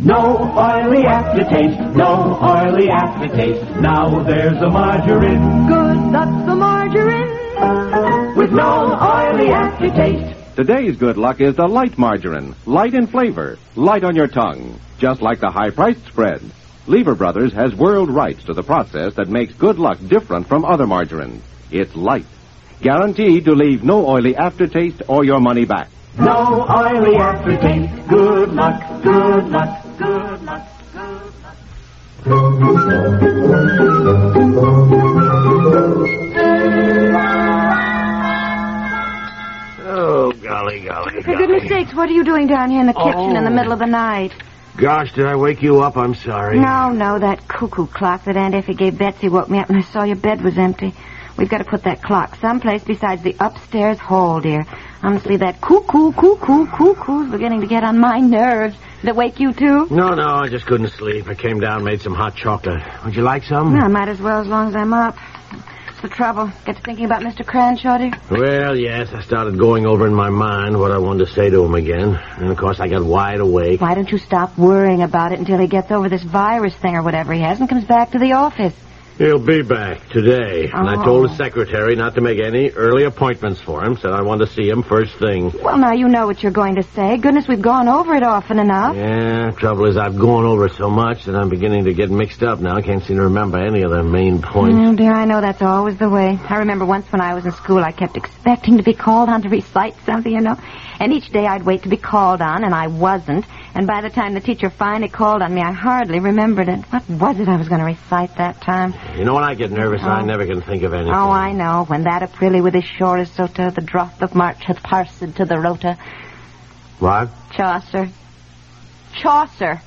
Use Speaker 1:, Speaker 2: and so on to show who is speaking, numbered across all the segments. Speaker 1: No oily aftertaste, no oily aftertaste. Now there's a margarine
Speaker 2: Good, that's the margarine.
Speaker 1: with no oily aftertaste.
Speaker 3: Today's good luck is the light margarine, light in flavor, light on your tongue, just like the high-priced spread. Lever Brothers has world rights to the process that makes good luck different from other margarines. It's light, guaranteed to leave no oily aftertaste or your money back.
Speaker 1: No oily aftertaste. Good luck, good luck, good luck, good luck.
Speaker 4: Oh, golly, golly,
Speaker 2: For goodness
Speaker 4: golly.
Speaker 2: sakes, what are you doing down here in the kitchen in the
Speaker 4: Oh.
Speaker 2: middle of the night?
Speaker 4: Gosh, did I wake you up? I'm sorry.
Speaker 2: No, no, that cuckoo clock that Aunt Effie gave Betsy woke me up and I saw your bed was empty. We've got to put that clock someplace besides the upstairs hall, dear. Honestly, that cuckoo, cuckoo, cuckoo's beginning to get on my nerves. Did it wake you too?
Speaker 4: No, no, I just couldn't sleep. I came down, made some hot chocolate. Would you like some?
Speaker 2: Well, I might as well as long as I'm up. It's the trouble. Get to thinking about Mr. Cranshaw, dear.
Speaker 4: Well, yes, I started going over in my mind what I wanted to say to him again. And, of course, I got wide awake.
Speaker 2: Why don't you stop worrying about it until he gets over this virus thing or whatever he has and comes back to the office?
Speaker 4: He'll be back today. And I
Speaker 2: Oh.
Speaker 4: told the secretary not to make any early appointments for him. Said I wanted to see him first thing.
Speaker 2: Well, now you know what you're going to say. Goodness, we've gone over it often enough.
Speaker 4: Yeah, trouble is I've gone over it so much that I'm beginning to get mixed up now. I can't seem to remember any of the main points.
Speaker 2: Oh, dear, I know that's always the way. I remember once when I was in school, I kept expecting to be called on to recite something, you know. And each day I'd wait to be called on, and I wasn't. And by the time the teacher finally called on me, I hardly remembered it. What was it I was going to recite that time?
Speaker 4: You know, when I get nervous, I never can think of anything.
Speaker 2: Mm. Oh, I know. When that Aprili with his shore is sota, the drought of March hath parsed to the rota.
Speaker 4: What?
Speaker 2: Chaucer. Chaucer.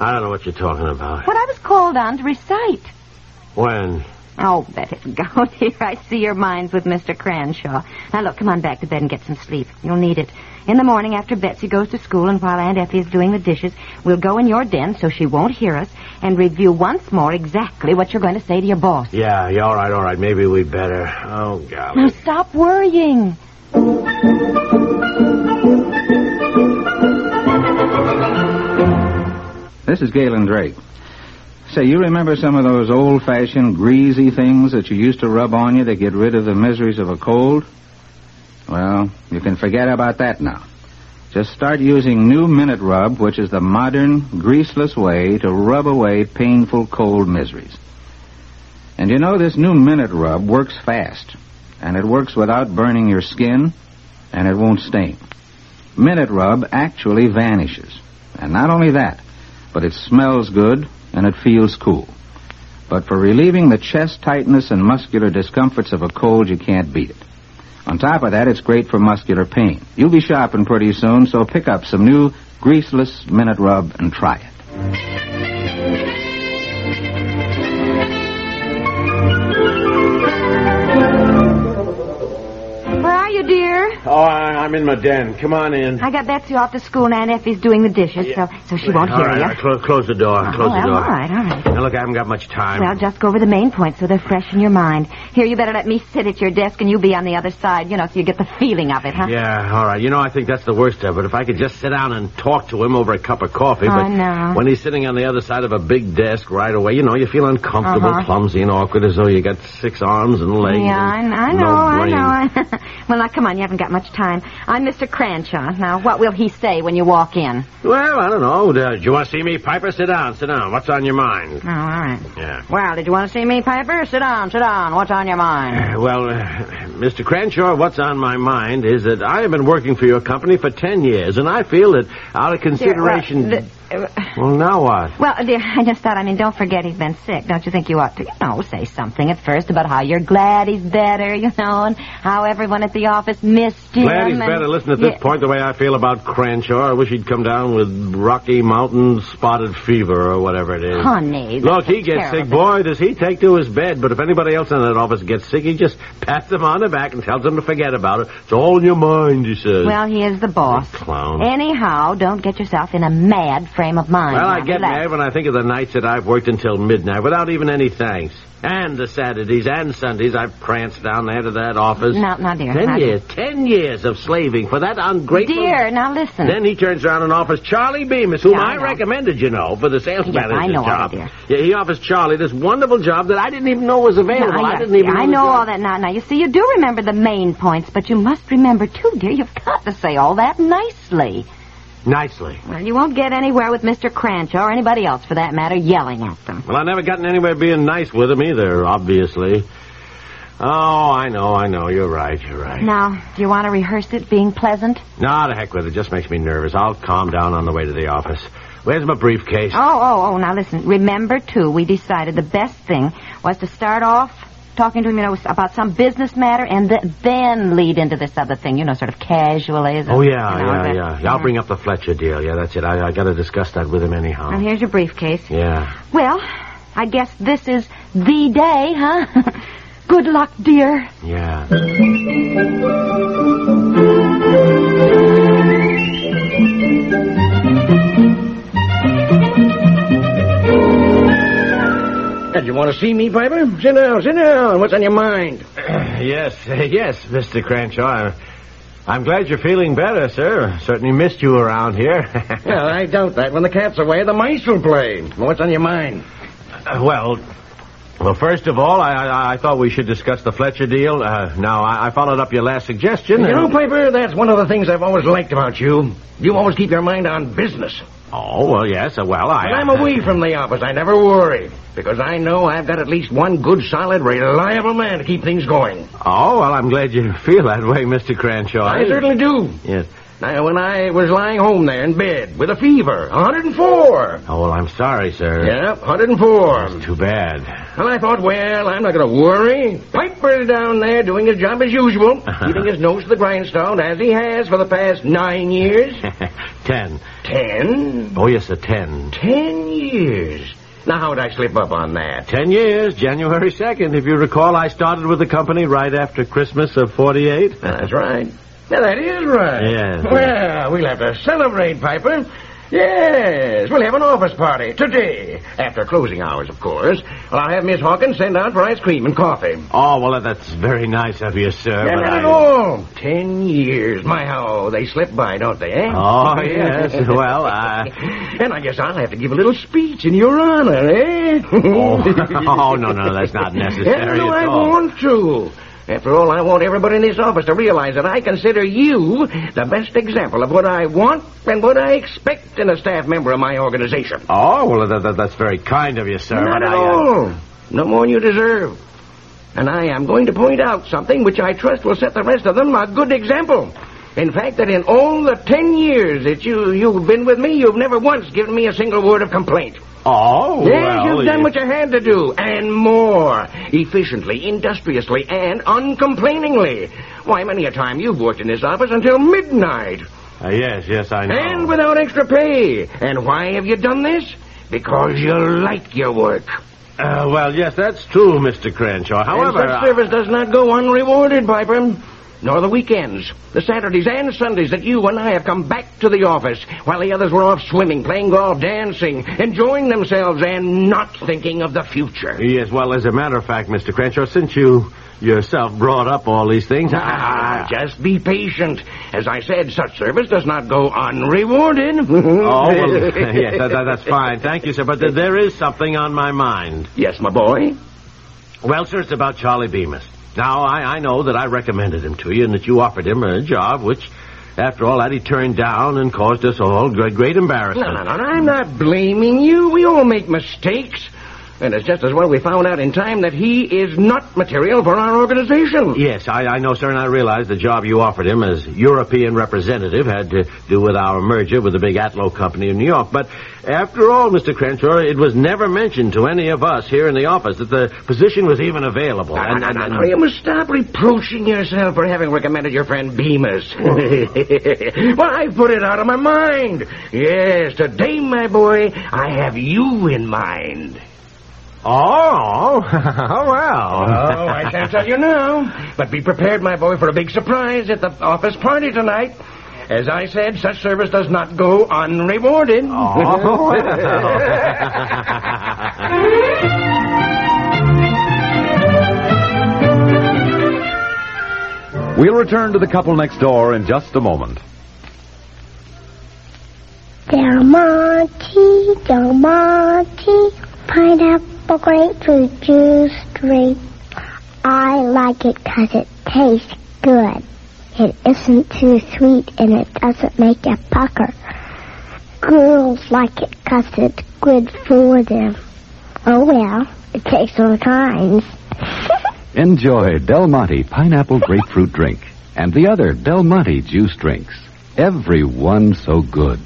Speaker 4: I don't know what you're talking about.
Speaker 2: What I was called on to recite.
Speaker 4: When?
Speaker 2: Oh, bet it go, dear. I see your mind's with Mr. Cranshaw. Now, look, come on back to bed and get some sleep. You'll need it. In the morning, after Betsy goes to school and while Aunt Effie is doing the dishes, we'll go in your den so she won't hear us and review once more exactly what you're going to say to your boss.
Speaker 4: Yeah, yeah, all right, all right. Maybe we better. Oh,
Speaker 2: Now,
Speaker 4: golly.
Speaker 2: stop worrying.
Speaker 5: This is Galen Drake. Say, you remember some of those old fashioned greasy things that you used to rub on you to get rid of the miseries of a cold? Well, you can forget about that now. Just start using New Minute Rub, which is the modern, greaseless way to rub away painful cold miseries. And you know, this New Minute Rub works fast, and it works without burning your skin, and it won't stain. Minute Rub actually vanishes. And not only that, but it smells good and it feels cool. But for relieving the chest tightness and muscular discomforts of a cold, you can't beat it. On top of that, it's great for muscular pain. You'll be shopping pretty soon, so pick up some new greaseless minute rub and try it.
Speaker 2: Where are you you, dear?
Speaker 4: Oh, I, I'm in my den. Come on in.
Speaker 2: I got Betsy off to school, and Aunt Effie's doing the dishes, so so she won't
Speaker 4: All
Speaker 2: hear
Speaker 4: right,
Speaker 2: you.
Speaker 4: all right, close, close the door. Close
Speaker 2: well,
Speaker 4: the door.
Speaker 2: all right, all right.
Speaker 4: Now, look, I haven't got much time.
Speaker 2: Oh, Well, just go over the main points so they're fresh in your mind. Here, you better let me sit at your desk and you be on the other side, you know, so you get the feeling of it, huh?
Speaker 4: Yeah, all right. You know, I think that's the worst of it. If I could just sit down and talk to him over a cup of coffee,
Speaker 2: Oh,
Speaker 4: but
Speaker 2: no.
Speaker 4: when he's sitting on the other side of a big desk right away, you know, you feel uncomfortable,
Speaker 2: Uh-huh.
Speaker 4: clumsy, and awkward, as though you got six arms and legs.
Speaker 2: Yeah, I,
Speaker 4: and
Speaker 2: I know,
Speaker 4: no
Speaker 2: I
Speaker 4: uh, brain.
Speaker 2: know. I- well, now, come on, you haven't got much time. I'm Mr. Cranshaw. Now, what will he say when you walk in?
Speaker 4: Well, I don't know. Uh, Do you want to see me, Piper? Sit down, sit down. What's on your mind?
Speaker 2: Oh, all right.
Speaker 4: Yeah.
Speaker 2: Well, did you want to see me, Piper? Sit down, sit down. What's on your mind?
Speaker 4: Uh, Well, uh, Mr. Crenshaw, what's on my mind is that I have been working for your company for ten years, and I feel that out of consideration.
Speaker 2: Dear, well, the- uh,
Speaker 4: Well, now what?
Speaker 2: well, dear, I just thought, I mean, don't forget he's been sick. Don't you think you ought to, you know, say something at first about how you're glad he's better, you know, and how everyone at the office missed him.
Speaker 4: Glad he's
Speaker 2: and-
Speaker 4: better. Listen, at this
Speaker 2: Yeah.
Speaker 4: point, the way I feel about Crenshaw, I wish he'd come down with Rocky Mountain spotted fever or whatever it is.
Speaker 2: Honey,
Speaker 4: Look,
Speaker 2: that's
Speaker 4: he gets
Speaker 2: terrible.
Speaker 4: sick. Boy, does he take to his bed. But if anybody else in that office gets sick, he just pats them on the back and tells them to forget about it. It's all in your mind, he says.
Speaker 2: Well, he is the boss.
Speaker 4: Clown.
Speaker 2: Anyhow, don't get yourself in a mad frame of mind.
Speaker 4: Well, I
Speaker 2: Now,
Speaker 4: get
Speaker 2: relax.
Speaker 4: mad when I think of the nights that I've worked until midnight without even any thanks. And the Saturdays and Sundays I've pranced down there to that office.
Speaker 2: No, no, dear.
Speaker 4: ten
Speaker 2: no,
Speaker 4: years. Ten years of slaving for that ungrateful...
Speaker 2: Dear, now listen.
Speaker 4: Then he turns around and offers Charlie Bemis, whom
Speaker 2: Yeah, I
Speaker 4: I,
Speaker 2: know.
Speaker 4: recommended, you know, for the sales
Speaker 2: Yes,
Speaker 4: manager's
Speaker 2: I know all that,
Speaker 4: job.
Speaker 2: dear.
Speaker 4: Yeah, he offers Charlie this wonderful job that I didn't even know was available.
Speaker 2: Now,
Speaker 4: I
Speaker 2: yes,
Speaker 4: didn't even.
Speaker 2: I
Speaker 4: the
Speaker 2: know
Speaker 4: job.
Speaker 2: all that now. Now, you see, you do remember the main points, but you must remember, too, dear, you've got to say all that nicely.
Speaker 4: Nicely.
Speaker 2: Well, you won't get anywhere with Mr. Cranshaw or anybody else, for that matter, yelling at them.
Speaker 4: Well, I've never gotten anywhere being nice with him either, obviously. Oh, I know, I know. You're right. You're right.
Speaker 2: Now, do you want to rehearse it being pleasant?
Speaker 4: Nah, to heck with it. Just makes me nervous. I'll calm down on the way to the office. Where's my briefcase?
Speaker 2: Oh, oh, oh, now listen. Remember, too, we decided the best thing was to start off talking to him, you know, about some business matter and th- then lead into this other thing, you know, sort of eh, casually. as a-
Speaker 4: Oh, yeah,
Speaker 2: you know,
Speaker 4: yeah,
Speaker 2: as a-
Speaker 4: yeah, I'll bring up the Fletcher deal. Yeah, that's it. I, I got to discuss that with him anyhow.
Speaker 2: And here's your briefcase.
Speaker 4: Yeah.
Speaker 2: Well, I guess this is the day, huh? Good luck, dear.
Speaker 4: Yeah.
Speaker 5: Did you want to see me, Piper? Sit down, sit down. What's on your mind?
Speaker 4: yes, yes, Mr. Crenshaw. I'm, I'm glad you're feeling better, sir. Certainly missed you around here.
Speaker 5: Well, I doubt that. When the cat's away, the mice will play. What's on your mind?
Speaker 4: Uh, well, well, first of all, I, I, I thought we should discuss the Fletcher deal. Uh, now, I, I followed up your last suggestion.
Speaker 5: You know,
Speaker 4: and-
Speaker 5: Piper, that's one of the things I've always liked about you. You always keep your mind on business.
Speaker 4: Oh, well, yes. uh, Well, I.
Speaker 5: When I'm away from the office, I never worry. Because I know I've got at least one good, solid, reliable man to keep things going.
Speaker 4: Oh, well, I'm glad you feel that way, Mr. Crenshaw.
Speaker 5: I certainly do.
Speaker 4: Yes.
Speaker 5: Now, when I was lying home there in bed with a fever, 104.
Speaker 4: Oh, well, I'm sorry, sir.
Speaker 5: Yeah, 104.
Speaker 4: Too bad.
Speaker 5: And I thought, well, I'm not going to worry. Piper down there doing his job as usual, keeping his nose to the grindstone as he has for the past nine years.
Speaker 4: ten.
Speaker 5: Ten?
Speaker 4: Oh, yes, a ten.
Speaker 5: Ten years. Now, how'd I slip up on that?
Speaker 4: Ten years, January 2nd. If you recall, I started with the company right after Christmas of 48.
Speaker 5: That's right. Now, that is right.
Speaker 4: Yes.
Speaker 5: Well, we'll have to celebrate, Piper. Yes, we'll have an office party today. After closing hours, of course. Well, I'll have Miss Hawkins send out for ice cream and coffee.
Speaker 4: Oh, well, that's very nice of you, sir.
Speaker 5: And
Speaker 4: but
Speaker 5: not
Speaker 4: I-
Speaker 5: at all. Ten years. My, how they slip by, don't they, eh?
Speaker 4: Oh, yes. Well, I.
Speaker 5: And I guess I'll have to give a little speech in your honor, eh?
Speaker 4: Oh, oh, no, no, that's not necessary
Speaker 5: no,
Speaker 4: at
Speaker 5: I
Speaker 4: all.
Speaker 5: want to. After all, I want everybody in this office to realize that I consider you the best example of what I want and what I expect in a staff member of my organization.
Speaker 4: Oh, well, that, that- that's very kind of you, sir.
Speaker 5: Not
Speaker 4: but I,
Speaker 5: at
Speaker 4: uh,
Speaker 5: all. Oh, No more than you deserve. And I am going to point out something which I trust will set the rest of them a good example. In fact, that in all the ten years that you, you've been with me, you've never once given me a single word of complaint.
Speaker 4: Oh,
Speaker 5: yes,
Speaker 4: well,
Speaker 5: you've done
Speaker 4: you-
Speaker 5: what you had to do, and more. Efficiently, industriously, and uncomplainingly. Why, many a time you've worked in this office until midnight.
Speaker 4: Uh, yes, yes, I know.
Speaker 5: And without extra pay. And why have you done this? Because you like your work.
Speaker 4: Uh, well, yes, that's true, Mr. Crenshaw. However,
Speaker 5: and
Speaker 4: I-
Speaker 5: such service does not go unrewarded, Piper. nor the weekends, the Saturdays and Sundays that you and I have come back to the office while the others were off swimming, playing golf, dancing, enjoying themselves, and not thinking of the future.
Speaker 4: uh, Yes, well, as a matter of fact, Mr. Crenshaw, since you yourself brought up all these things, I...
Speaker 5: Ah, just be patient. As I said, such service does not go unrewarded.
Speaker 4: Oh, well, yes, that, that- that's fine. Thank you, sir. But th- there is something on my mind.
Speaker 5: Yes, my boy.
Speaker 4: Well, sir, it's about Charlie Bemis. Now, I, I know that I recommended him to you and that you offered him a job, which, after all that, he turned down and caused us all great, great
Speaker 5: No,
Speaker 4: embarrassment.
Speaker 5: no, no, I'm not blaming you. We all make mistakes. And it's just as well we found out in time that he is not material for our organization.
Speaker 4: Yes, I, I know, sir, and I realize the job you offered him as European representative had to do with our merger with the big Atlo company in New York. But after all, Mr. Crenshaw, it was never mentioned to any of us here in the office that the position was even available.
Speaker 5: No, no, no, no, You must stop reproaching yourself for having recommended your friend Bemis. well, I put it out of my mind. Yes, today, my boy, I have you in mind.
Speaker 4: Oh, well.
Speaker 5: Oh, I can't tell you now. But be prepared, my boy, for a big surprise at the office party tonight. As I said, such service does not go unrewarded.
Speaker 4: Oh, well.
Speaker 6: We'll return to the couple next door in just a moment.
Speaker 7: Del Monte, Del Monte, pineapple grapefruit juice drink. I like it 'cause it tastes good. It isn't too sweet and it doesn't make you pucker. Girls like it 'cause it's good for them. Oh well, it takes all kinds.
Speaker 6: Enjoy Del Monte Pineapple Grapefruit Drink and the other Del Monte juice drinks. Every one so good.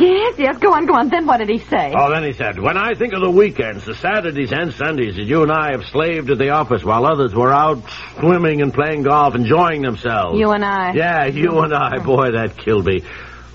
Speaker 2: Yes, yes. Go on, go on. Then what did he say?
Speaker 4: Oh, then he said, When I think of the weekends, the Saturdays and Sundays that you and I have slaved at the office while others were out swimming and playing golf, enjoying themselves.
Speaker 2: You and I.
Speaker 4: Yeah, you and I. Boy, that killed me.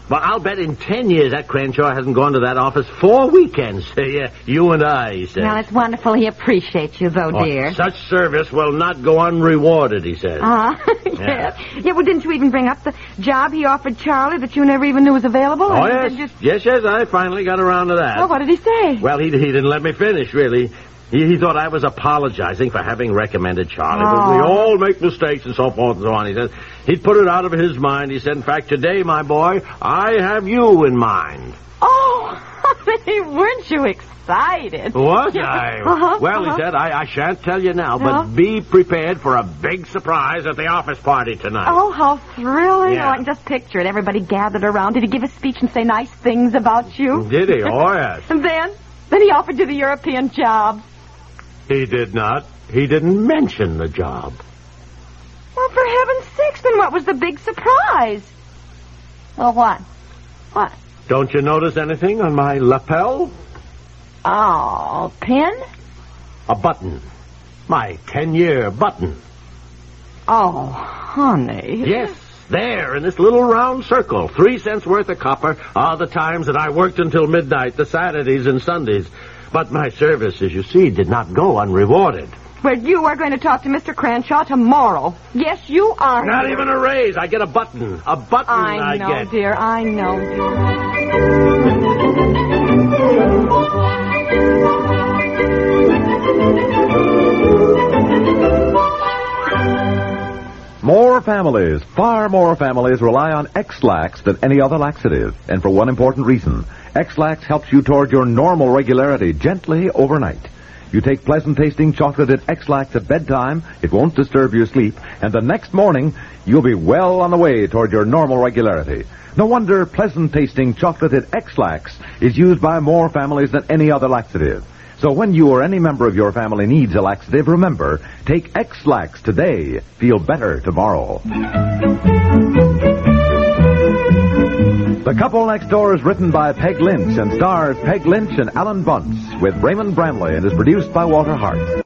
Speaker 4: But I'll bet in ten years that Crenshaw hasn't gone to that office four weekends. yeah, you and I, he said.
Speaker 2: Well, it's wonderful. He appreciates you, though,
Speaker 4: Oh,
Speaker 2: dear.
Speaker 4: Such service will not go unrewarded, he says.
Speaker 2: Ah, yes. Yeah, well, didn't you even bring up the job he offered Charlie that you never even knew was available?
Speaker 4: oh,
Speaker 2: And
Speaker 4: yes.
Speaker 2: then just-
Speaker 4: Yes, yes, I finally got around to that.
Speaker 2: Well, what did he say?
Speaker 4: Well, he, he didn't let me finish, really. He, he thought I was apologizing for having recommended Charlie. But we
Speaker 2: Oh.
Speaker 4: all make mistakes and so forth and so on. He said he'd put it out of his mind. He said, in fact, today, my boy, I have you in mind.
Speaker 2: Oh, honey, weren't you excited?
Speaker 4: Was I?
Speaker 2: Uh-huh,
Speaker 4: well,
Speaker 2: uh-huh.
Speaker 4: he said, I, I shan't tell you now,
Speaker 2: No?
Speaker 4: but be prepared for a big surprise at the office party tonight.
Speaker 2: Oh, how thrilling.
Speaker 4: Yeah.
Speaker 2: Oh, I can just picture it. Everybody gathered around. Did he give a speech and say nice things about you?
Speaker 4: Did he? Oh, yes.
Speaker 2: And then? Then he offered you the European job.
Speaker 4: He did not. He didn't mention the job.
Speaker 2: Well, for heaven's sakes, then what was the big surprise? Well, what? What?
Speaker 4: Don't you notice anything on my lapel?
Speaker 2: Oh, pin?
Speaker 4: A button. My ten-year button.
Speaker 2: Oh, honey.
Speaker 4: Yes, there in this little round circle, three cents worth of copper are the times that I worked until midnight, the Saturdays and Sundays. But my service, as you see, did not go unrewarded.
Speaker 2: Well, you are going to talk to Mr. Cranshaw tomorrow. Yes, you are.
Speaker 4: Not even a raise. I get a button. A button I,
Speaker 2: I know,
Speaker 4: get.
Speaker 2: dear. I know.
Speaker 6: More families, far more families rely on X-Lax than any other laxative, and for one important reason. X-Lax helps you toward your normal regularity gently overnight. You take pleasant tasting chocolated X-Lax at bedtime, it won't disturb your sleep, and the next morning you'll be well on the way toward your normal regularity. No wonder pleasant tasting chocolated X-Lax is used by more families than any other laxative. So when you or any member of your family needs a laxative, remember, take X-Lax today. Feel better tomorrow. The Couple Next Door is written by Peg Lynch and stars Peg Lynch and Alan Bunce with Raymond Bramley and is produced by Walter Hart.